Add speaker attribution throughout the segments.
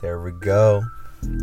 Speaker 1: There we go.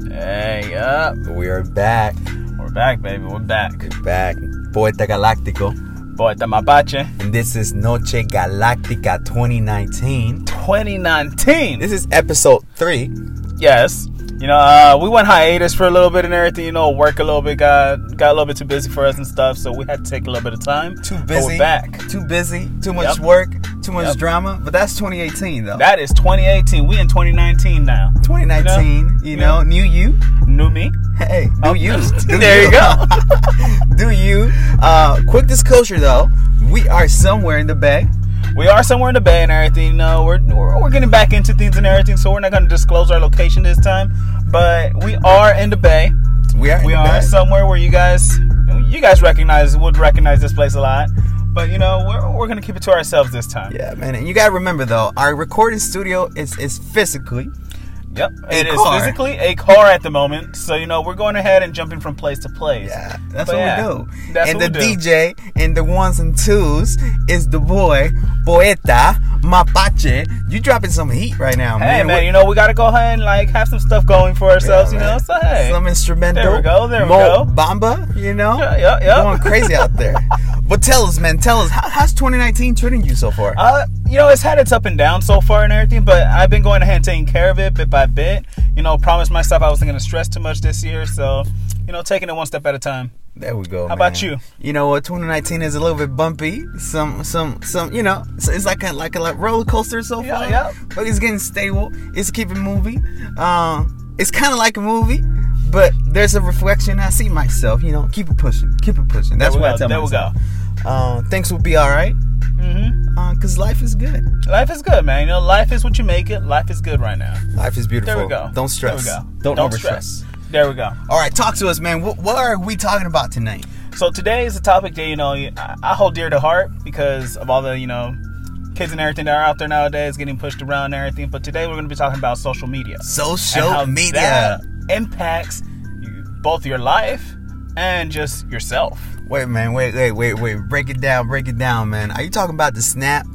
Speaker 2: Hey, up.
Speaker 1: We are back.
Speaker 2: We're back, baby. We're back.
Speaker 1: Back. Poeta Galáctico.
Speaker 2: Boy, the Mapache
Speaker 1: And this is Noche Galáctica 2019.
Speaker 2: 2019.
Speaker 1: This is episode three.
Speaker 2: Yes. You know, uh, we went hiatus for a little bit and everything. You know, work a little bit got got a little bit too busy for us and stuff, so we had to take a little bit of time.
Speaker 1: Too
Speaker 2: But
Speaker 1: busy.
Speaker 2: we're back.
Speaker 1: Too busy. Too much
Speaker 2: Yep.
Speaker 1: work. Too much
Speaker 2: Yep.
Speaker 1: drama. But that's 2018 though.
Speaker 2: That is 2018. We in 2019 now.
Speaker 1: 2019. You know,
Speaker 2: You know?
Speaker 1: new you.
Speaker 2: New me.
Speaker 1: Hey, do
Speaker 2: I'm-
Speaker 1: you? Do
Speaker 2: Oh. there you go.
Speaker 1: do you? Uh, quick disclosure though. We are somewhere in the bay.
Speaker 2: we are somewhere in the bay and everything. You know, we're, we're we're getting back into things and everything, so we're not gonna disclose our location this time. But we are in the bay.
Speaker 1: We are. in
Speaker 2: we
Speaker 1: the
Speaker 2: are
Speaker 1: bay.
Speaker 2: somewhere where you guys you guys recognize would recognize this place a lot but you know we're, we're gonna keep it to ourselves this time
Speaker 1: Yeah, man. And you gotta remember though, our recording studio is is physically.
Speaker 2: yep
Speaker 1: A
Speaker 2: It is
Speaker 1: car.
Speaker 2: physically a car at the moment so you know we're going ahead and jumping from place to place
Speaker 1: Yeah, that's
Speaker 2: But
Speaker 1: what
Speaker 2: yeah,
Speaker 1: we do.
Speaker 2: that's
Speaker 1: and
Speaker 2: what
Speaker 1: the
Speaker 2: we do.
Speaker 1: DJ and the ones and twos is the boy Poeta Mapache. You dropping some heat right now,
Speaker 2: hey
Speaker 1: man.
Speaker 2: man,
Speaker 1: What-
Speaker 2: you know we gotta go ahead and like have some stuff going for ourselves
Speaker 1: Yeah,
Speaker 2: you know
Speaker 1: man.
Speaker 2: so hey
Speaker 1: Some instrumental.
Speaker 2: There we go, there we
Speaker 1: Mo
Speaker 2: go.
Speaker 1: Bamba, you know?
Speaker 2: Yeah, yeah, yeah.
Speaker 1: Going crazy out there. But tell us, man, tell us, how, how's 2019 treating you so far?
Speaker 2: Uh, you know, it's had its up and down so far and everything, but I've been going ahead and taking care of it bit by bit. You know, promised myself I wasn't going to stress too much this year, so, you know, taking it one step at a time.
Speaker 1: there we go.
Speaker 2: how about
Speaker 1: man.
Speaker 2: you?
Speaker 1: You know what? 2019 is a little bit bumpy. Some, some, some. You know, it's, it's like a like a like roller coaster so
Speaker 2: Yeah,
Speaker 1: far.
Speaker 2: yeah.
Speaker 1: But it's getting stable. It's keeping moving. Um, it's kind of like a movie, but there's a reflection. I see myself. You know, keep it pushing. Keep it pushing. That's
Speaker 2: we
Speaker 1: what I
Speaker 2: go,
Speaker 1: tell
Speaker 2: there we
Speaker 1: myself. Uh, things will be all right.
Speaker 2: hmm
Speaker 1: Uh, Cause life is good.
Speaker 2: Life is good, man. You know, life is what you make it. Life is good right now.
Speaker 1: Life is beautiful.
Speaker 2: There we go.
Speaker 1: Don't stress.
Speaker 2: There we go.
Speaker 1: Don't, over
Speaker 2: stress. There we go.
Speaker 1: All right, talk to us, man. What, what are we talking about tonight?
Speaker 2: So today is a topic that you know I I hold dear to heart because of all the you know kids and everything that are out there nowadays getting pushed around and everything. But today we're going to be talking about social media.
Speaker 1: Social
Speaker 2: and how
Speaker 1: media.
Speaker 2: that impacts you- both your life and just yourself.
Speaker 1: Wait, man. Wait, wait, wait, wait. Break it down. Break it down, man. Are you talking about the snap?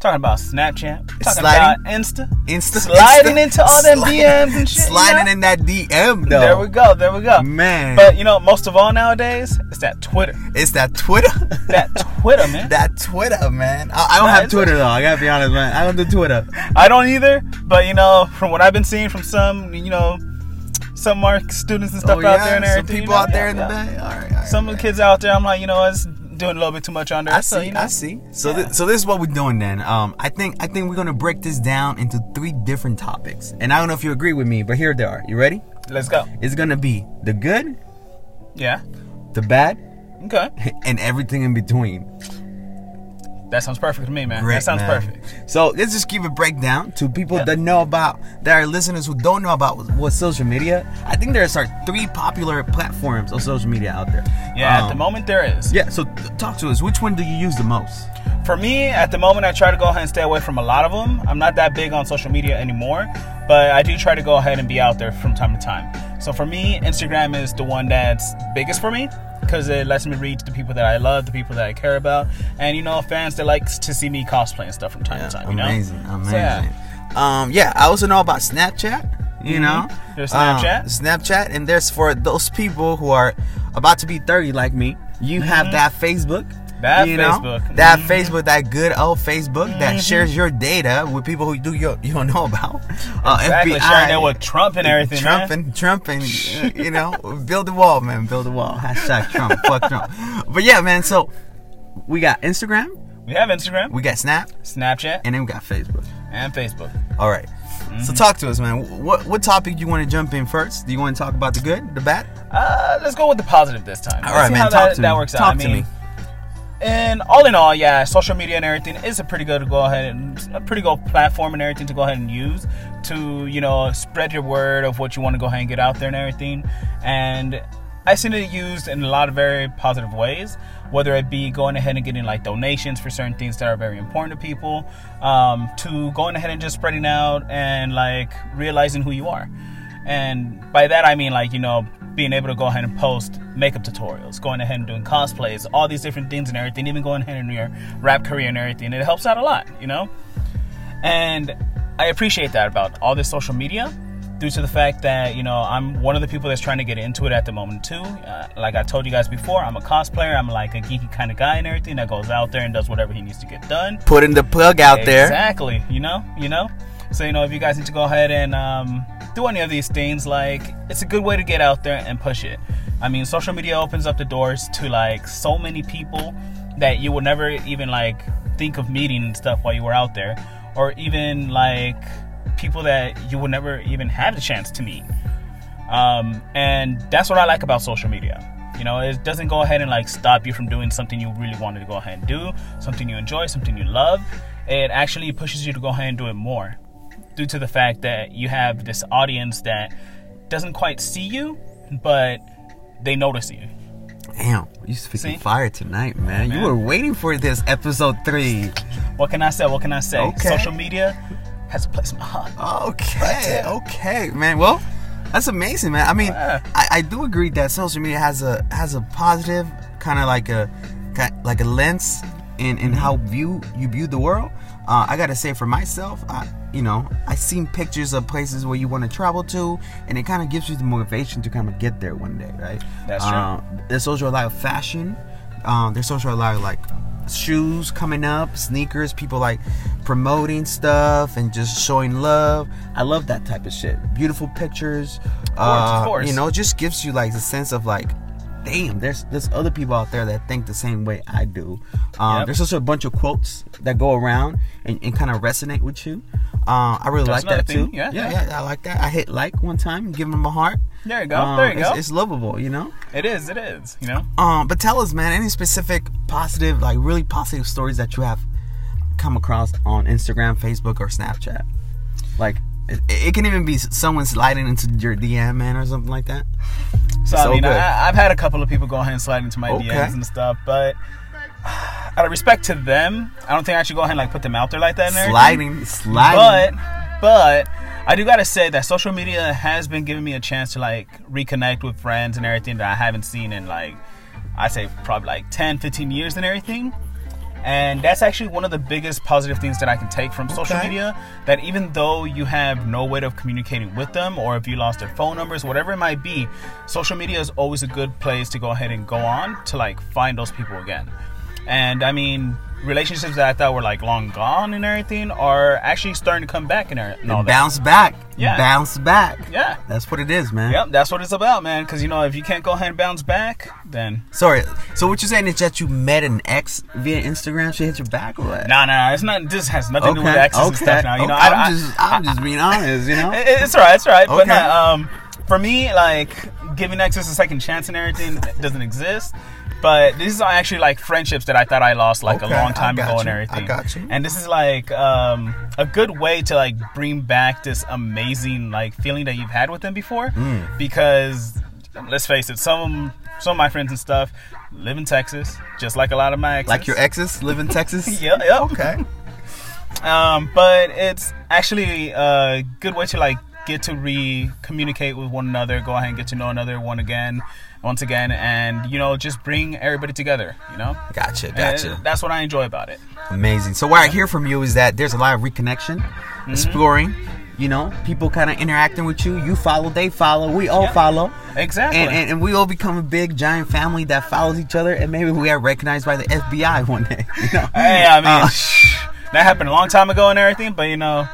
Speaker 2: Talking about Snapchat, talking
Speaker 1: Sliding.
Speaker 2: about Insta,
Speaker 1: Insta,
Speaker 2: sliding
Speaker 1: Insta-
Speaker 2: into all them
Speaker 1: slide-
Speaker 2: DMs and shit. you
Speaker 1: Sliding
Speaker 2: know?
Speaker 1: in that DM though.
Speaker 2: There we go. There we go.
Speaker 1: Man.
Speaker 2: But you know, most of all nowadays, it's that Twitter.
Speaker 1: It's that Twitter.
Speaker 2: That Twitter, man.
Speaker 1: that Twitter, man. I, I don't
Speaker 2: Nah,
Speaker 1: have
Speaker 2: it's
Speaker 1: Twitter though. I gotta be honest, man. I don't do Twitter.
Speaker 2: I don't either. But you know, from what I've been seeing from some, you know, some mark students and stuff
Speaker 1: oh,
Speaker 2: out
Speaker 1: yeah?
Speaker 2: there and
Speaker 1: Some
Speaker 2: everything. you
Speaker 1: people
Speaker 2: know,
Speaker 1: out there
Speaker 2: yeah,
Speaker 1: in
Speaker 2: yeah.
Speaker 1: the bay. All right. all right,
Speaker 2: Some of
Speaker 1: man.
Speaker 2: the kids out there, I'm like, you know, it's doing a little bit too much on there.
Speaker 1: I
Speaker 2: so,
Speaker 1: see.
Speaker 2: you know,
Speaker 1: I see. So,
Speaker 2: Yeah.
Speaker 1: thi- so this is what we're doing then. Um, I think I think we're gonna break this down into three different topics, and I don't know if you agree with me, but here they are. You ready?
Speaker 2: Let's go.
Speaker 1: It's gonna be the good,
Speaker 2: Yeah.
Speaker 1: the bad,
Speaker 2: Okay.
Speaker 1: and everything in between.
Speaker 2: That sounds perfect to me, man.
Speaker 1: Great,
Speaker 2: that sounds
Speaker 1: man.
Speaker 2: perfect.
Speaker 1: So let's just give a breakdown to people
Speaker 2: Yeah.
Speaker 1: that know about that are listeners who don't know about what, what social media. I think there's our three popular platforms of social media out there.
Speaker 2: Yeah.
Speaker 1: Um,
Speaker 2: at the moment, there is.
Speaker 1: Yeah. So th- talk to us. Which one do you use the most?
Speaker 2: For me, at the moment, I try to go ahead and stay away from a lot of them. I'm not that big on social media anymore, but I do try to go ahead and be out there from time to time. So for me, Instagram is the one that's biggest for me because it lets me reach the people that I love, the people that I care about, and you know, fans that likes to see me cosplay and stuff from time to time. You know,
Speaker 1: amazing. Amazing.
Speaker 2: So, yeah.
Speaker 1: Um, yeah. I also know about Snapchat. You
Speaker 2: Mhm.
Speaker 1: know,
Speaker 2: There's
Speaker 1: Um,
Speaker 2: Snapchat.
Speaker 1: Snapchat, and there's for those people who are about to be thirty, like me. You have that Facebook.
Speaker 2: Mm-hmm. That
Speaker 1: you know?
Speaker 2: Facebook. Mm-hmm.
Speaker 1: That
Speaker 2: Mhm.
Speaker 1: Facebook, that good old Facebook that shares your data with people who do your you don't know about. Uh,
Speaker 2: Exactly, sharing that with Trump and everything,
Speaker 1: Trump
Speaker 2: man.
Speaker 1: and Trump and uh, you know, build the wall, man, build the wall. Hashtag Trump, fuck Trump. But yeah, man. So we got Instagram,
Speaker 2: we have Instagram,
Speaker 1: we got Snap,
Speaker 2: Snapchat, and,
Speaker 1: and then we got Facebook.
Speaker 2: Facebook.
Speaker 1: All right. So
Speaker 2: Mm-hmm.
Speaker 1: talk to us, man. What what topic do you want to jump in first? Do you want to talk about the good, the bad?
Speaker 2: Uh, let's go with the positive this time.
Speaker 1: All
Speaker 2: Let's
Speaker 1: right,
Speaker 2: see
Speaker 1: man.
Speaker 2: How
Speaker 1: Talk
Speaker 2: that,
Speaker 1: to
Speaker 2: that
Speaker 1: me.
Speaker 2: works
Speaker 1: Talk
Speaker 2: out.
Speaker 1: to
Speaker 2: I mean,
Speaker 1: me.
Speaker 2: And all in all, yeah, social media and everything is a pretty good to go ahead and a pretty good platform and everything to go ahead and use to you know spread your word of what you want to go ahead and get out there and everything. And I've seen it used in a lot of very positive ways, whether it be going ahead and getting like donations for certain things that are very important to people, um, to going ahead and just spreading out and like realizing who you are. And by that I mean like, you know, being able to go ahead and post makeup tutorials, going ahead and doing cosplays, all these different things and everything, even going ahead and your rap career and everything. It helps out a lot, you know? And I appreciate that about all this social media. due to the fact that you know I'm one of the people that's trying to get into it at the moment too. Uh, like I told you guys before, I'm a cosplayer. I'm like a geeky kind of guy and everything that goes out there and does whatever he needs to get done.
Speaker 1: Putting the plug out there.
Speaker 2: Exactly. You know. You know. So you know if you guys need to go ahead and um, do any of these things, like it's a good way to get out there and push it. I mean, social media opens up the doors to like so many people that you would never even like think of meeting and stuff while you were out there, or even like people that you would never even have the chance to meet. Um, and that's what I like about social media. You know, it doesn't go ahead and like stop you from doing something you really wanted to go ahead and do, something you enjoy, something you love. It actually pushes you to go ahead and do it more due to the fact that you have this audience that doesn't quite see you, but they notice you.
Speaker 1: Damn, you speaking
Speaker 2: See?
Speaker 1: fire tonight, man.
Speaker 2: man.
Speaker 1: You were waiting for this episode three.
Speaker 2: What can I say? What can I say?
Speaker 1: Okay.
Speaker 2: Social media has a place in my heart.
Speaker 1: Okay, okay, man. Well, that's amazing, man. I mean,
Speaker 2: Yeah.
Speaker 1: I, I do agree that social media has a has a positive kind of like a ki- like a lens in in how view you view the world. Uh, I gotta say for myself, I, you know, I seen pictures of places where you want to travel to, and it kind of gives you the motivation to kind of get there one day, right?
Speaker 2: That's true.
Speaker 1: Uh, there's also a lot of fashion. Um, there's also a lot of like shoes coming up, sneakers. People like promoting stuff and just showing love. I love that type of shit. Beautiful pictures. Of
Speaker 2: course, of course.
Speaker 1: You know, it just gives you like the sense of like, damn, there's there's other people out there that think the same way I do. Um,
Speaker 2: Yep.
Speaker 1: There's also a bunch of quotes that go around and, and kind of resonate with you. Uh, I really
Speaker 2: That's
Speaker 1: like that
Speaker 2: another
Speaker 1: too.
Speaker 2: thing. Yeah,
Speaker 1: yeah,
Speaker 2: yeah.
Speaker 1: yeah, I like that. I hit like one time, give them a heart.
Speaker 2: There you go. There you
Speaker 1: Um, it's,
Speaker 2: go.
Speaker 1: It's lovable, you know.
Speaker 2: It is. It is. You know.
Speaker 1: Um, but tell us, man, any specific positive, like really positive stories that you have come across on Instagram, Facebook, or Snapchat? Like, it, it can even be someone sliding into your DM, man, or something like that. So
Speaker 2: So, I mean,
Speaker 1: good.
Speaker 2: I, I've had a couple of people go ahead and slide into my
Speaker 1: Okay.
Speaker 2: DMs and stuff, but out of respect to them, I don't think I should go ahead and like put them out there like that. And
Speaker 1: Sliding,
Speaker 2: everything.
Speaker 1: sliding.
Speaker 2: but but I do gotta say that social media has been giving me a chance to like reconnect with friends and everything that I haven't seen in like I say probably like 10, 15 years and everything. And that's actually one of the biggest positive things that I can take from social
Speaker 1: Okay.
Speaker 2: media. That even though you have no way of communicating with them, or if you lost their phone numbers, whatever it might be, social media is always a good place to go ahead and go on to like find those people again. And I mean, relationships that I thought were like long gone and everything are actually starting to come back and every- and all
Speaker 1: and
Speaker 2: that.
Speaker 1: bounce back.
Speaker 2: Yeah.
Speaker 1: Bounce back.
Speaker 2: Yeah.
Speaker 1: That's what it is, man.
Speaker 2: Yep, that's what it's about, man. Because you know, if you can't go ahead and bounce back, then
Speaker 1: Sorry. So what you're saying is that you met an ex via Instagram? She hit you back or what?
Speaker 2: nah, nah, it's not. This has nothing to do with access and stuff now. You know,
Speaker 1: okay.
Speaker 2: I, I,
Speaker 1: I'm just, I'm just being honest. You know.
Speaker 2: It- it- It's alright, it's alright. But
Speaker 1: Okay.
Speaker 2: nah, um, for me, like giving access a second chance and everything doesn't exist. But these are actually like friendships that I thought I lost like
Speaker 1: Okay,
Speaker 2: a long
Speaker 1: I
Speaker 2: time
Speaker 1: got
Speaker 2: ago and
Speaker 1: you, I
Speaker 2: everything.
Speaker 1: got you.
Speaker 2: And this is like um, a good way to like bring back this amazing like feeling that you've had with them before.
Speaker 1: Hmm.
Speaker 2: Because let's face it, some some of my friends and stuff live in Texas, just like a lot of my exes.
Speaker 1: Like your exes live in Texas.
Speaker 2: Yeah, yeah.
Speaker 1: Okay.
Speaker 2: Um, but it's actually a good way to like get to re communicate with one another, go ahead and get to know another one again, once again, and you know just bring everybody together. You know,
Speaker 1: Gotcha.
Speaker 2: And
Speaker 1: Gotcha.
Speaker 2: that's what I enjoy about it.
Speaker 1: Amazing. So what I hear from you is that there's a lot of reconnection,
Speaker 2: Mm-hmm.
Speaker 1: exploring. You know, people kind of interacting with you. You follow, they follow, we all
Speaker 2: Yeah.
Speaker 1: follow,
Speaker 2: Exactly.
Speaker 1: and, and and we all become a big giant family that follows each other. And maybe we are recognized by the FBI one day. You know?
Speaker 2: hey, I mean,
Speaker 1: Uh,
Speaker 2: that happened a long time ago and everything, but you know,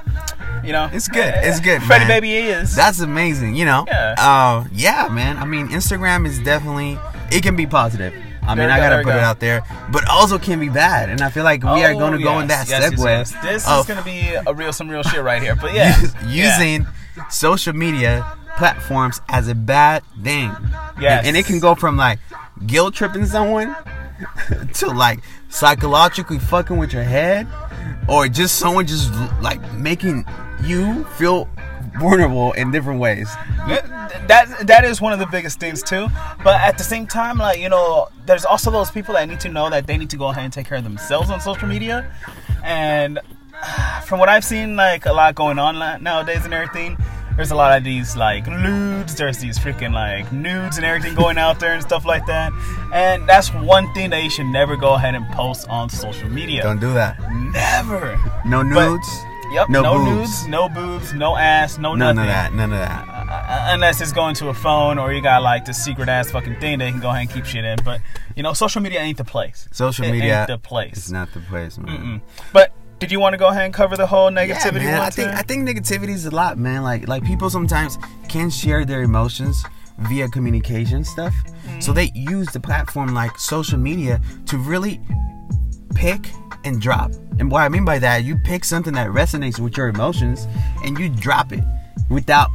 Speaker 2: you know,
Speaker 1: It's good. It's good,
Speaker 2: Freddie
Speaker 1: man.
Speaker 2: Baby is.
Speaker 1: that's amazing. You know.
Speaker 2: Yeah.
Speaker 1: Uh, yeah, man. I mean, Instagram is definitely it can be positive. I
Speaker 2: There
Speaker 1: mean,
Speaker 2: we
Speaker 1: I
Speaker 2: go,
Speaker 1: gotta
Speaker 2: there we
Speaker 1: put it
Speaker 2: go.
Speaker 1: out there, but also can be bad. And I feel like we are
Speaker 2: Oh,
Speaker 1: going to go in that
Speaker 2: yes, yes,
Speaker 1: segue
Speaker 2: yes, yes. This
Speaker 1: of
Speaker 2: is gonna be a real some real shit right here. But yeah, yeah.
Speaker 1: using social media platforms as a bad thing.
Speaker 2: Yes.
Speaker 1: And, and it can go from like guilt tripping someone to like psychologically fucking with your head or just someone just like making you feel vulnerable in different ways.
Speaker 2: that that is one of the biggest things too. But at the same time, like you know, there's also those people that need to know that they need to go ahead and take care of themselves on social media. And from what I've seen, like a lot going on la- nowadays and everything. There's a lot of these like lewds. There's these freaking like nudes and everything going out there and stuff like that. And that's one thing that you should never go ahead and post on social media.
Speaker 1: Don't do that.
Speaker 2: Never.
Speaker 1: No
Speaker 2: But-
Speaker 1: nudes.
Speaker 2: Yep.
Speaker 1: No
Speaker 2: no
Speaker 1: boobs.
Speaker 2: nudes, no boobs, no ass, no
Speaker 1: None
Speaker 2: nothing.
Speaker 1: of that. None of that.
Speaker 2: Uh, unless it's going to a phone or you got like the secret ass fucking thing they can go ahead and keep shit in. But you know, social media ain't the place.
Speaker 1: Social
Speaker 2: It ain't
Speaker 1: media
Speaker 2: the place.
Speaker 1: It's not the place, man.
Speaker 2: Mm. But did you want to go ahead and cover the whole
Speaker 1: Yeah,
Speaker 2: negativity?
Speaker 1: man.
Speaker 2: one
Speaker 1: I think
Speaker 2: too?
Speaker 1: I think negativity is a lot, man. Like like people sometimes can share their emotions via communication stuff.
Speaker 2: Mm.
Speaker 1: So they use the platform like social media to really pick and drop. And what I mean by that, you pick something that resonates with your emotions and you drop it without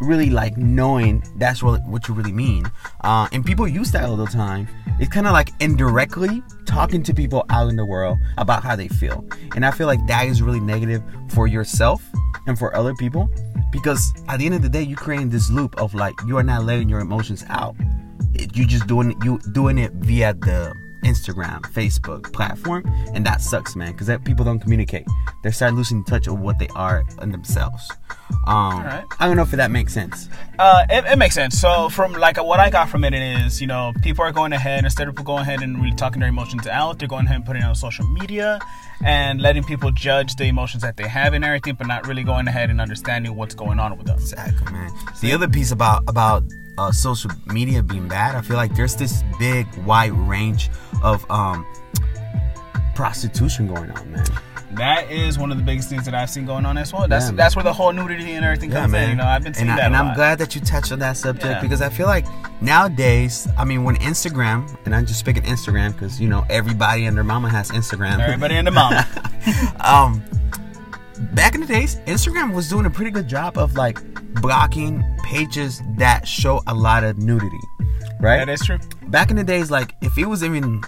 Speaker 1: really like knowing that's what, what you really mean. Uh, and people use that all the time. It's kind of like indirectly talking to people out in the world about how they feel. And I feel like that is really negative for yourself and for other people because at the end of the day, you're creating this loop of like you are not letting your emotions out. It- You just doing you doing it via the Instagram, Facebook platform, and that sucks, man. Because people don't communicate. They start losing touch of what they are in themselves. Um,
Speaker 2: right.
Speaker 1: I don't know if that makes sense.
Speaker 2: uh, it, it makes sense. So from like uh, what I got from it is, you know, people are going ahead instead of going ahead and really talking their emotions out, they're going ahead and putting it on social media and letting people judge the emotions that they have and everything, but not really going ahead and understanding what's going on with them.
Speaker 1: Exactly, man. The other piece about about uh, social media being bad, I feel like there's this big wide range of um, prostitution going on, man.
Speaker 2: That is one of the biggest things that I've seen going on as well. That's
Speaker 1: Yeah, man.
Speaker 2: that's where the whole nudity and everything comes in. You know, I've been seeing
Speaker 1: and
Speaker 2: that.
Speaker 1: and
Speaker 2: a
Speaker 1: I'm
Speaker 2: lot.
Speaker 1: glad that you touched on that subject
Speaker 2: Yeah.
Speaker 1: because I feel like nowadays, I mean, when Instagram, and I'm just picking Instagram because you know everybody and their mama has Instagram.
Speaker 2: Everybody and the mama.
Speaker 1: um back in the days instagram was doing a pretty good job of like blocking pages that show a lot of nudity right
Speaker 2: that is true.
Speaker 1: back in the days like if it was even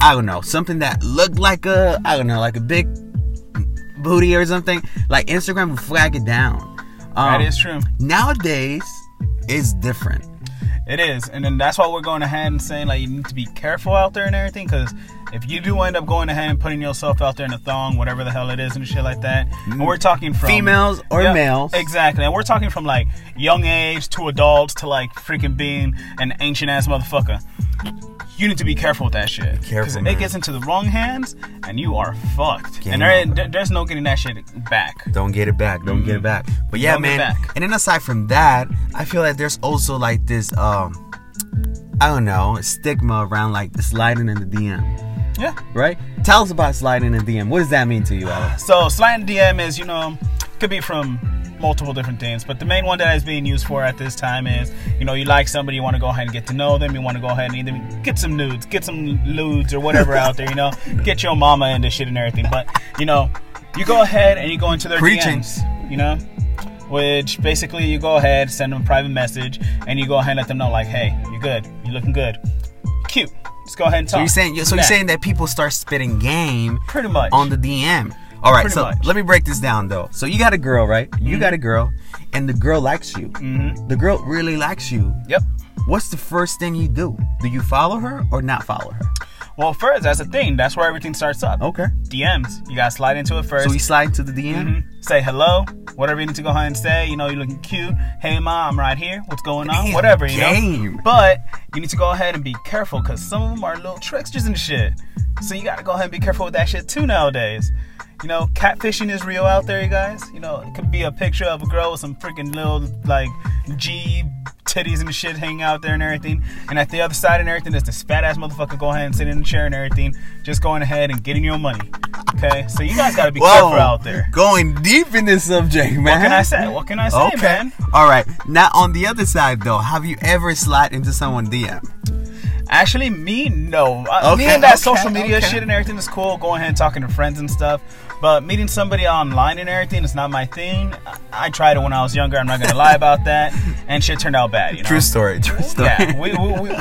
Speaker 1: i don't know something that looked like a i don't know like a big booty or something like instagram would flag it down um,
Speaker 2: That is true.
Speaker 1: nowadays it's different
Speaker 2: It is, and then that's why we're going ahead and saying like you need to be careful out there and everything, because if you do end up going ahead and putting yourself out there in a thong, whatever the hell it is, and shit like that, and we're talking from
Speaker 1: Females or
Speaker 2: Yeah,
Speaker 1: males.
Speaker 2: exactly, and we're talking from like young age to adults to like freaking being an ancient ass motherfucker. You need to be careful with that shit.
Speaker 1: Careful,
Speaker 2: 'Cause
Speaker 1: man.
Speaker 2: it gets into the wrong hands, and you are fucked.
Speaker 1: Game
Speaker 2: and there,
Speaker 1: over.
Speaker 2: there- there's no getting that shit back.
Speaker 1: Don't get it back. Don't get it back. But yeah,
Speaker 2: Don't
Speaker 1: man.
Speaker 2: get back.
Speaker 1: And then aside from that, I feel like there's also like this um I don't know, stigma around like sliding in the DM.
Speaker 2: Yeah.
Speaker 1: Right? Tell us about sliding in the DM. What does that mean to you, Alex?
Speaker 2: So slant DM is, you know, could be from multiple different things, but the main one that is being used for at this time is, you know, you like somebody, you want to go ahead and get to know them, you want to go ahead and either get some nudes, get some lewds or whatever out there, you know, get your mama into shit and everything. But you know, you go ahead and you go into their
Speaker 1: Preaching.
Speaker 2: DMs, you know, which basically you go ahead, send them a private message, and you go ahead and let them know like, hey, you're good, you're looking good, cute. Let's go ahead and talk.
Speaker 1: So you're saying so you're
Speaker 2: Nah,
Speaker 1: saying that people start spitting game
Speaker 2: pretty much
Speaker 1: on the DM. All right,
Speaker 2: Pretty
Speaker 1: so
Speaker 2: much. Mm-hmm.
Speaker 1: let me break this down though. So you got a girl, right? You got a girl, and the girl likes you. Mm-hmm. The girl really likes you.
Speaker 2: Yep.
Speaker 1: What's the first thing you do? Do you follow her or not follow her?
Speaker 2: Well, first, that's the thing. That's where everything starts up.
Speaker 1: Okay.
Speaker 2: DMs. You gotta slide into it first.
Speaker 1: So we slide to the DM.
Speaker 2: Mhm. Say hello, whatever you need to go ahead and say. You know, you're looking cute. Hey, ma, I'm right here. What's going on?
Speaker 1: Damn,
Speaker 2: whatever, you
Speaker 1: game.
Speaker 2: know. But you need to go ahead and be careful because some of them are little tricksters and shit. So you gotta go ahead and be careful with that shit too nowadays. You know, catfishing is real out there, you guys. You know, it could be a picture of a girl with some freaking little, like, G titties and shit hanging out there and everything. And at the other side and everything, there's this fat ass motherfucker go ahead and sit in the chair and everything, just going ahead and getting your money. Okay? So you guys gotta be careful out there.
Speaker 1: Going deep in this subject, man.
Speaker 2: What can I say? What can I say,
Speaker 1: Okay.
Speaker 2: man?
Speaker 1: All right. Now on the other side though, have you ever slid into someone DM?
Speaker 2: Actually, me no. Uh,
Speaker 1: Okay,
Speaker 2: me and that
Speaker 1: okay,
Speaker 2: social media
Speaker 1: okay.
Speaker 2: shit and everything is cool. Going ahead and talking to friends and stuff, but meeting somebody online and everything is not my thing. I, I tried it when I was younger. I'm not gonna lie about that, and shit turned out bad. You know?
Speaker 1: True story. True story.
Speaker 2: Yeah, we, we, we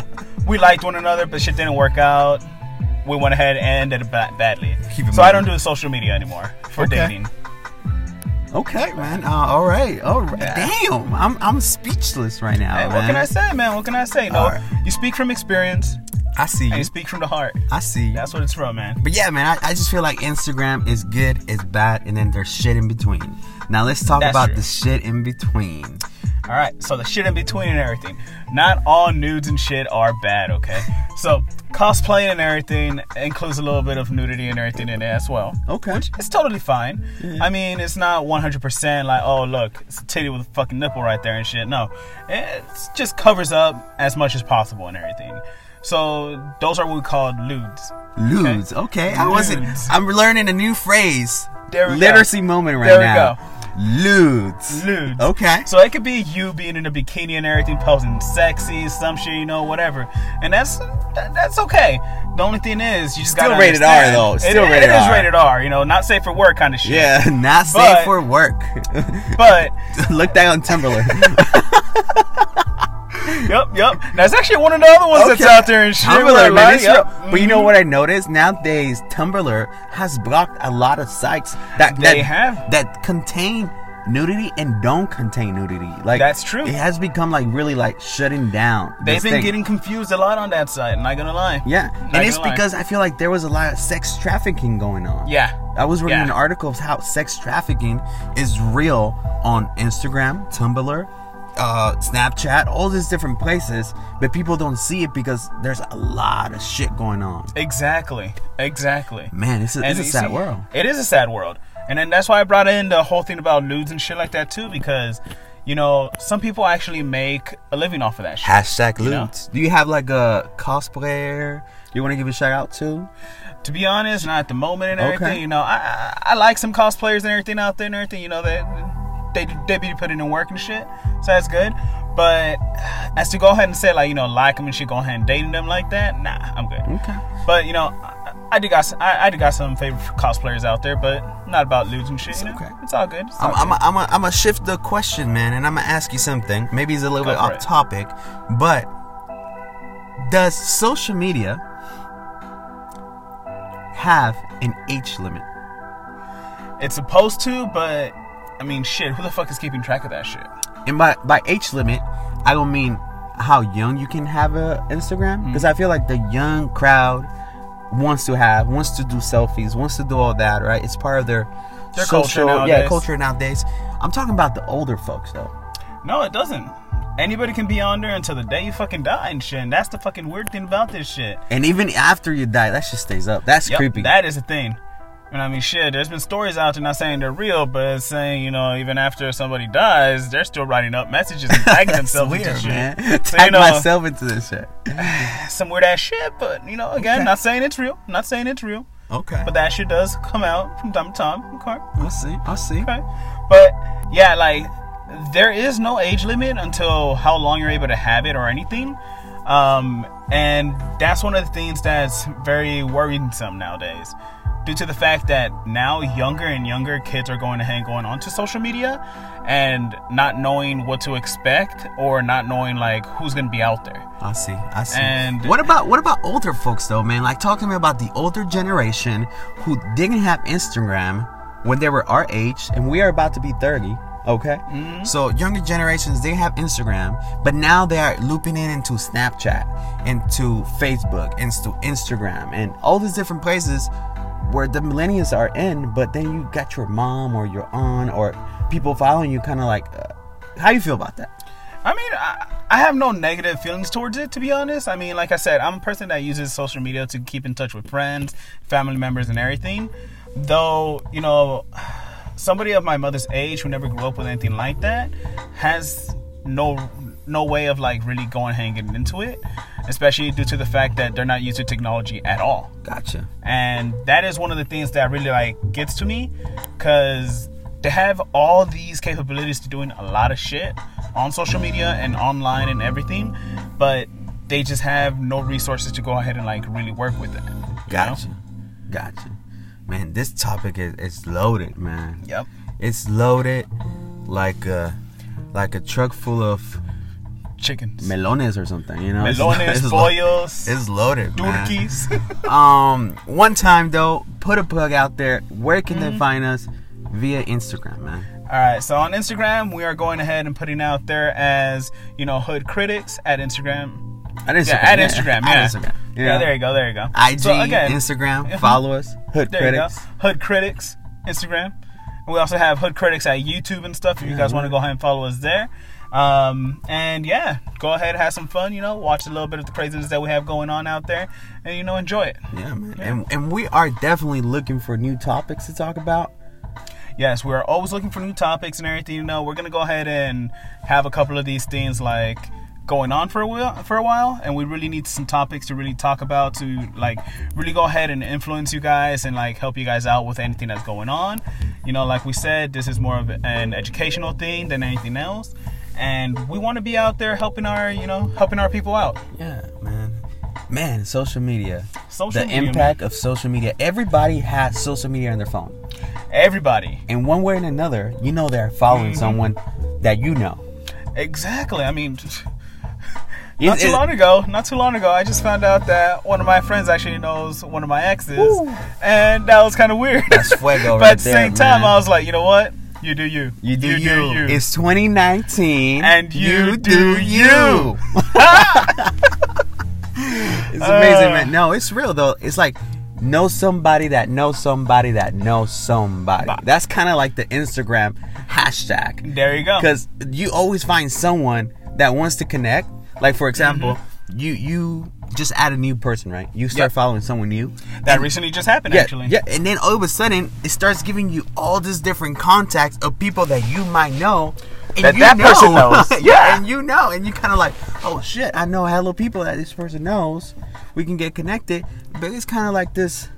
Speaker 2: we liked one another, but shit didn't work out. We went ahead and ended it ba- badly.
Speaker 1: Keep it
Speaker 2: so I
Speaker 1: moving.
Speaker 2: don't do social media anymore for
Speaker 1: Okay.
Speaker 2: dating.
Speaker 1: okay, man. Uh, all right. All right.
Speaker 2: Yeah.
Speaker 1: Damn. I'm I'm speechless right now.
Speaker 2: Hey,
Speaker 1: man.
Speaker 2: what can I say, man? What can I say? No,
Speaker 1: All right.
Speaker 2: you speak from experience
Speaker 1: I see
Speaker 2: and
Speaker 1: you.
Speaker 2: you speak from the heart.
Speaker 1: I see you.
Speaker 2: That's what it's from, man.
Speaker 1: But yeah, man, I, I just feel like Instagram is good, it's bad, and then there's shit in between. Now let's talk
Speaker 2: That's
Speaker 1: about
Speaker 2: true.
Speaker 1: the shit in between.
Speaker 2: All right, so the shit in between and everything. Not all nudes and shit are bad, okay? So cosplay and everything includes a little bit of nudity and everything in it as well.
Speaker 1: Okay.
Speaker 2: It's totally fine. I mean, it's not 100% like, oh, look, it's a titty with a fucking nipple right there and shit. No, it just covers up as much as possible and everything. So those are what we call nudes.
Speaker 1: Ludes. Okay. I wasn't.
Speaker 2: Ludes.
Speaker 1: I'm learning a new phrase.
Speaker 2: There we go.
Speaker 1: Literacy moment right
Speaker 2: There we
Speaker 1: now.
Speaker 2: go.
Speaker 1: Ludes.
Speaker 2: Nudes.
Speaker 1: Okay.
Speaker 2: So it could be you being in a bikini and everything, posing sexy, some shit, you know, whatever. And that's that- that's okay. The only thing is, you just
Speaker 1: Still
Speaker 2: gotta
Speaker 1: rated R,
Speaker 2: understand.
Speaker 1: though.
Speaker 2: It-
Speaker 1: Still
Speaker 2: it-
Speaker 1: rated
Speaker 2: It is
Speaker 1: R.
Speaker 2: rated R. You know, not safe for work kind of shit.
Speaker 1: Yeah. Not
Speaker 2: But-
Speaker 1: safe for work.
Speaker 2: But
Speaker 1: Look down on Tumblr.
Speaker 2: yep, yep. That's actually one of the other ones that's
Speaker 1: Okay.
Speaker 2: out there and shit.
Speaker 1: Tumblr, man.
Speaker 2: Like,
Speaker 1: it's
Speaker 2: yep.
Speaker 1: real. But you know what I noticed nowadays? Tumblr has blocked a lot of sites that that,
Speaker 2: They have.
Speaker 1: that contain nudity and don't contain nudity. Like
Speaker 2: That's true.
Speaker 1: It has become like really like shutting down.
Speaker 2: They've
Speaker 1: this
Speaker 2: been
Speaker 1: thing.
Speaker 2: getting confused a lot on that side. Not gonna lie.
Speaker 1: yeah,
Speaker 2: Not
Speaker 1: and it's
Speaker 2: gonna lie.
Speaker 1: because I feel like there was a lot of sex trafficking going on.
Speaker 2: Yeah.
Speaker 1: I was reading
Speaker 2: Yeah.
Speaker 1: an article of how sex trafficking is real on Instagram, Tumblr, uh, Snapchat, all these different places, but people don't see it because there's a lot of shit going on.
Speaker 2: Exactly. Exactly.
Speaker 1: Man, it's a, it's a
Speaker 2: you
Speaker 1: sad
Speaker 2: see,
Speaker 1: world.
Speaker 2: E It is a sad world. And then that's why I brought in the whole thing about nudes and shit like that too, because you know, some people actually make a living off of that shit.
Speaker 1: Hashtag loots. Do you have like a cosplayer you want to give a shout out to?
Speaker 2: To be honest, not at the moment and everything,
Speaker 1: Okay.
Speaker 2: you know, I, I I like some cosplayers and everything out there and everything, you know, that they they be putting in work and shit. So that's good. But as to go ahead and say like, you know, like them and shit, go ahead and dating them like that, nah, I'm good.
Speaker 1: Okay.
Speaker 2: But you know, I, I do got s- I, I do got some favorite cosplayers out there, but not about nudes and shit. It's
Speaker 1: okay.
Speaker 2: It's all good. It's all
Speaker 1: I'm I'm a, I'm a, I'm a shift the question, man, and I'm gonna ask you something. Maybe it's a little
Speaker 2: Go
Speaker 1: bit
Speaker 2: for
Speaker 1: off
Speaker 2: it.
Speaker 1: topic, but does social media have an age limit?
Speaker 2: It's supposed to, but I mean, shit. Who the fuck is keeping track of that shit?
Speaker 1: And by by age limit, I don't mean how young you can have a Instagram
Speaker 2: Mm-hmm.
Speaker 1: because I feel like the young crowd wants to have wants to do selfies, wants to do all that, right? It's part of their,
Speaker 2: Their culture
Speaker 1: yeah,
Speaker 2: nowadays.
Speaker 1: culture nowadays. I'm talking about the older folks though.
Speaker 2: No, it doesn't. Anybody can be on there until the day you fucking die and shit. And that's the fucking weird thing about this shit.
Speaker 1: And even after you die, that shit stays up. That's
Speaker 2: Yep,
Speaker 1: creepy.
Speaker 2: That is the thing. And I mean, shit. There's been stories out there, not saying they're real, but it's saying you know, even after somebody dies, they're still writing up messages and tagging themselves into
Speaker 1: weird,
Speaker 2: shit.
Speaker 1: man.
Speaker 2: So,
Speaker 1: Tag
Speaker 2: you know,
Speaker 1: myself into this shit.
Speaker 2: some weird ass shit. But you know, again,
Speaker 1: Okay.
Speaker 2: not saying it's real. Not saying it's real.
Speaker 1: Okay.
Speaker 2: But that shit does come out from time to time. Okay.
Speaker 1: I'll see. I'll see.
Speaker 2: Okay. But yeah, like there is no age limit until how long you're able to have it or anything. Um, and that's one of the things that's very worrisome nowadays. Due to the fact that now younger and younger kids are going to hang going onto social media and not knowing what to expect or not knowing like who's gonna be out there.
Speaker 1: I see. I see.
Speaker 2: And-
Speaker 1: what about what about older folks though, man? Like talk to me about the older generation who didn't have Instagram when they were our age, and we are about to be thirty. Okay. So younger generations they have Instagram, but now they are looping in into Snapchat, into Facebook, into Instagram, and all these different places where the millennials are in. But then you got your mom or your aunt or people following you, kind of like, uh, how you feel about that?
Speaker 2: I mean, I, I have no negative feelings towards it, to be honest. I mean, like I said, I'm a person that uses social media to keep in touch with friends, family members, and everything. Though, you know, somebody of my mother's age who never grew up with anything like that has no no way of like really going hanging into it, especially due to the fact that they're not used to technology at all
Speaker 1: Gotcha.
Speaker 2: and that is one of the things that really like gets to me because to have all these capabilities to doing a lot of shit on social media and online and everything but they just have no resources to go ahead and like really work with it you know?
Speaker 1: Gotcha. Gotcha. Man, this topic is it's loaded, man.
Speaker 2: yep
Speaker 1: It's loaded like a like a truck full of
Speaker 2: chickens
Speaker 1: melones or something, you know? It's-
Speaker 2: melones
Speaker 1: it's, lo-
Speaker 2: pollos
Speaker 1: it's loaded, man.
Speaker 2: turkeys
Speaker 1: Um one time though, put a plug out there. Where can
Speaker 2: Mm-hmm.
Speaker 1: they find us? Via Instagram, man.
Speaker 2: All right, so on Instagram, we are going ahead and putting out there as you know, Hood Critics at Instagram.
Speaker 1: At Instagram.
Speaker 2: Yeah, at Instagram. Yeah,
Speaker 1: At Instagram.
Speaker 2: Yeah, there you go, there you go.
Speaker 1: IG,
Speaker 2: So again,
Speaker 1: Instagram,
Speaker 2: Mhm.
Speaker 1: follow us. Hood
Speaker 2: There
Speaker 1: critics.
Speaker 2: you go. Hood Critics, Instagram. And we also have Hood Critics at YouTube and stuff. If you guys want to go ahead and follow us there. Um, and yeah, go ahead, have some fun. You know, watch a little bit of the craziness that we have going on out there, and you know, enjoy it.
Speaker 1: Yeah, man. And, and we are definitely looking for new topics to talk about.
Speaker 2: yes, we're always looking for new topics and everything. You know, we're gonna go ahead and have a couple of these things like going on for a while, for a while, and we really need some topics to really talk about to like really go ahead and influence you guys and like help you guys out with anything that's going on. You know, like we said, this is more of an educational thing than anything else, and we want to be out there helping our you know helping our people out.
Speaker 1: Yeah, man. Man, social media.
Speaker 2: Social
Speaker 1: the
Speaker 2: media,
Speaker 1: impact of social media. Everybody has social media on their phone.
Speaker 2: Everybody,
Speaker 1: In one way or another, you know they're
Speaker 2: Mm-hmm.
Speaker 1: following someone that you know.
Speaker 2: exactly. I mean.
Speaker 1: It's-
Speaker 2: Not too
Speaker 1: it-
Speaker 2: long ago, not too long ago, I just found out that one of my friends actually knows one of my exes,
Speaker 1: Woo.
Speaker 2: and that was kind of weird.
Speaker 1: That's fuego
Speaker 2: but
Speaker 1: right
Speaker 2: at the
Speaker 1: there,
Speaker 2: same time,
Speaker 1: man.
Speaker 2: I was like, you know what? You do you.
Speaker 1: You do you. It's 2019.
Speaker 2: And you do you.
Speaker 1: it's amazing,
Speaker 2: Uh.
Speaker 1: man. No, it's real though. It's like know somebody that knows somebody that knows somebody.
Speaker 2: Bah.
Speaker 1: That's kind of like the Instagram hashtag.
Speaker 2: there you go.
Speaker 1: Because you always find someone that wants to connect. Like for example,
Speaker 2: Mm-hmm.
Speaker 1: you you just add a new person, right? You start
Speaker 2: Yeah.
Speaker 1: following someone new.
Speaker 2: that recently just happened,
Speaker 1: Yeah,
Speaker 2: actually.
Speaker 1: yeah, and then all of a sudden it starts giving you all these different contacts of people that you might know. And
Speaker 2: That that person knows. Yeah.
Speaker 1: and you know, and you kind of like, oh shit, I know hello people that this person knows. We can get connected, but it's kind of like this.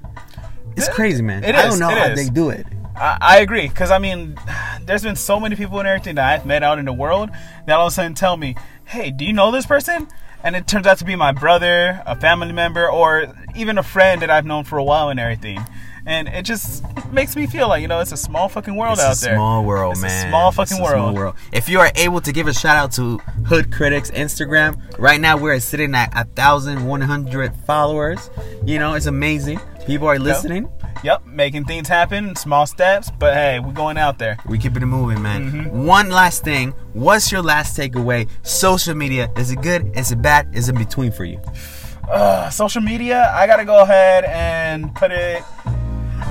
Speaker 1: It's
Speaker 2: It-
Speaker 1: crazy, man.
Speaker 2: it
Speaker 1: I
Speaker 2: is,
Speaker 1: don't know
Speaker 2: it
Speaker 1: how
Speaker 2: is.
Speaker 1: they do it.
Speaker 2: I, I agree, because I mean, there's been so many people and everything that I've met out in the world that all of a sudden tell me, "Hey, do you know this person?" And it turns out to be my brother, a family member, or even a friend that I've known for a while and everything. And it just it makes me feel like you know it's a small fucking world out
Speaker 1: It's a
Speaker 2: there.
Speaker 1: small world,
Speaker 2: It's a
Speaker 1: man.
Speaker 2: small
Speaker 1: It's a
Speaker 2: fucking world.
Speaker 1: If you are able to give a shout out to Hood Critics Instagram, right now we're sitting at a thousand one hundred followers. You know, it's amazing. People are listening.
Speaker 2: Yep, making things happen, small steps. But hey, we're going out there.
Speaker 1: We keep it moving, man.
Speaker 2: Mm-hmm.
Speaker 1: One last thing. What's your last takeaway? Social media. Is it good? Is it bad? Is it in between for you?
Speaker 2: Ugh, uh, social media, I gotta go ahead and put it.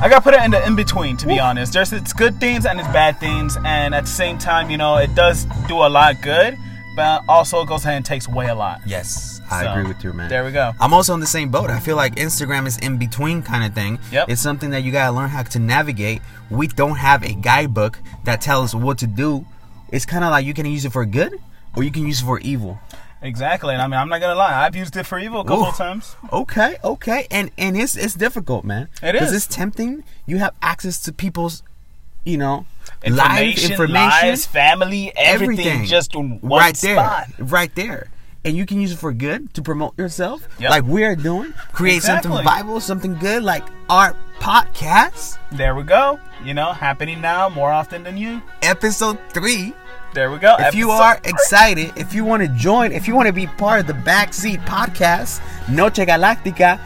Speaker 2: I gotta put it in the in between, to be honest. There's it's good things and it's bad things, and at the same time, you know, it does do a lot good, but also it goes ahead and takes away a lot.
Speaker 1: Yes, I
Speaker 2: So,
Speaker 1: agree with you, man.
Speaker 2: There we go.
Speaker 1: I'm also on the same boat. I feel like Instagram is in between kind of thing.
Speaker 2: Yep.
Speaker 1: It's something that you gotta learn how to navigate. We don't have a guidebook that tells what to do. It's kind of like you can use it for good or you can use it for evil.
Speaker 2: Exactly, and I mean, I'm not gonna lie, I've used it for evil a couple
Speaker 1: Ooh.
Speaker 2: of times.
Speaker 1: Okay, okay, and and it's it's difficult, man.
Speaker 2: It
Speaker 1: 'Cause
Speaker 2: is.
Speaker 1: it's tempting. You have access to people's, you know, live
Speaker 2: Information,
Speaker 1: information,
Speaker 2: lives, family, everything, just in one
Speaker 1: right there,
Speaker 2: spot.
Speaker 1: right there. And you can use it for good to promote yourself,
Speaker 2: Yep.
Speaker 1: like we are doing. Create something
Speaker 2: Exactly.
Speaker 1: viable, something good, like our podcast,
Speaker 2: There we go. You know, happening now more often than you.
Speaker 1: episode three.
Speaker 2: There we go.
Speaker 1: If you
Speaker 2: Episode
Speaker 1: are
Speaker 2: three.
Speaker 1: excited, if you want to join, if you want to be part of the Backseat Podcast, Noche Galactica,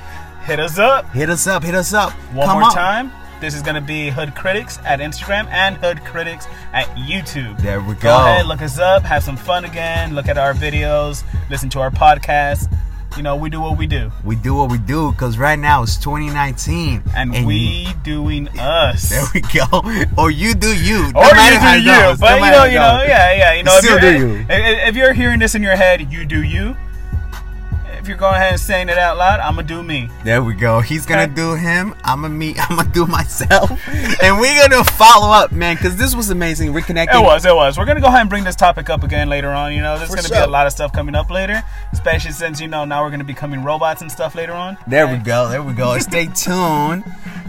Speaker 2: hit us up.
Speaker 1: hit us up, hit us up.
Speaker 2: One
Speaker 1: Come
Speaker 2: more
Speaker 1: on.
Speaker 2: time. This is going to be Hood Critics at Instagram and Hood Critics at YouTube.
Speaker 1: There we
Speaker 2: Go
Speaker 1: go.
Speaker 2: ahead, look us up, have some fun again, look at our videos, listen to our podcast. You know, we do what we do.
Speaker 1: We do what we do because right now it's 2019.
Speaker 2: And, we doing us.
Speaker 1: There we go. Or you do you. No
Speaker 2: or
Speaker 1: matter
Speaker 2: you
Speaker 1: how it
Speaker 2: do you,
Speaker 1: goes, no
Speaker 2: but you
Speaker 1: matter
Speaker 2: know,
Speaker 1: how it
Speaker 2: you know,
Speaker 1: goes.
Speaker 2: yeah, yeah, you know. If
Speaker 1: Still do
Speaker 2: you're,
Speaker 1: you.
Speaker 2: if- If, if you're hearing this in your head, you do you. If you're going ahead and saying it out loud, I'ma do me.
Speaker 1: There we go. He's gonna
Speaker 2: Okay.
Speaker 1: do him. I'm gonna meet. I'm gonna do myself, and we're gonna follow up, man. Because this was amazing. Reconnecting.
Speaker 2: It was, it was. We're gonna go ahead and bring this topic up again later on. You know, there's
Speaker 1: For
Speaker 2: gonna be
Speaker 1: sure.
Speaker 2: a lot of stuff coming up later, especially since you know now we're gonna be becoming robots and stuff later on.
Speaker 1: There we go. There we go. Stay tuned.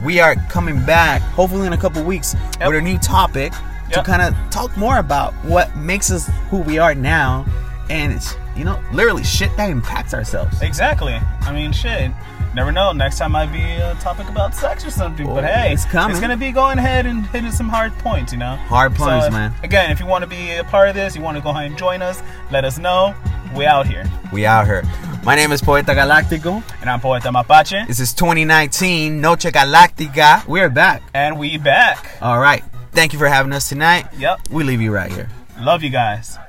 Speaker 1: We are coming back, hopefully in a couple weeks,
Speaker 2: Yep.
Speaker 1: with a new topic to
Speaker 2: Yep.
Speaker 1: kind of talk more about what makes us who we are now, and it's you know literally shit that impacts ourselves.
Speaker 2: Exactly. I mean, shit. Never know. Next time might be a topic about sex or something. but
Speaker 1: Oh,
Speaker 2: hey,
Speaker 1: it's coming.
Speaker 2: It's gonna be going ahead and hitting some hard points. You know,
Speaker 1: Hard points, man.
Speaker 2: Again, if you want to be a part of this, you want to go ahead and join us. Let us know. We out here.
Speaker 1: We out here. My name is Poeta Galactico.
Speaker 2: And I'm Poeta Mapache,
Speaker 1: This is 2019 Noche Galactica. We're back.
Speaker 2: and we back.
Speaker 1: All right. Thank you for having us tonight.
Speaker 2: Yep.
Speaker 1: We leave you right here.
Speaker 2: Love you guys.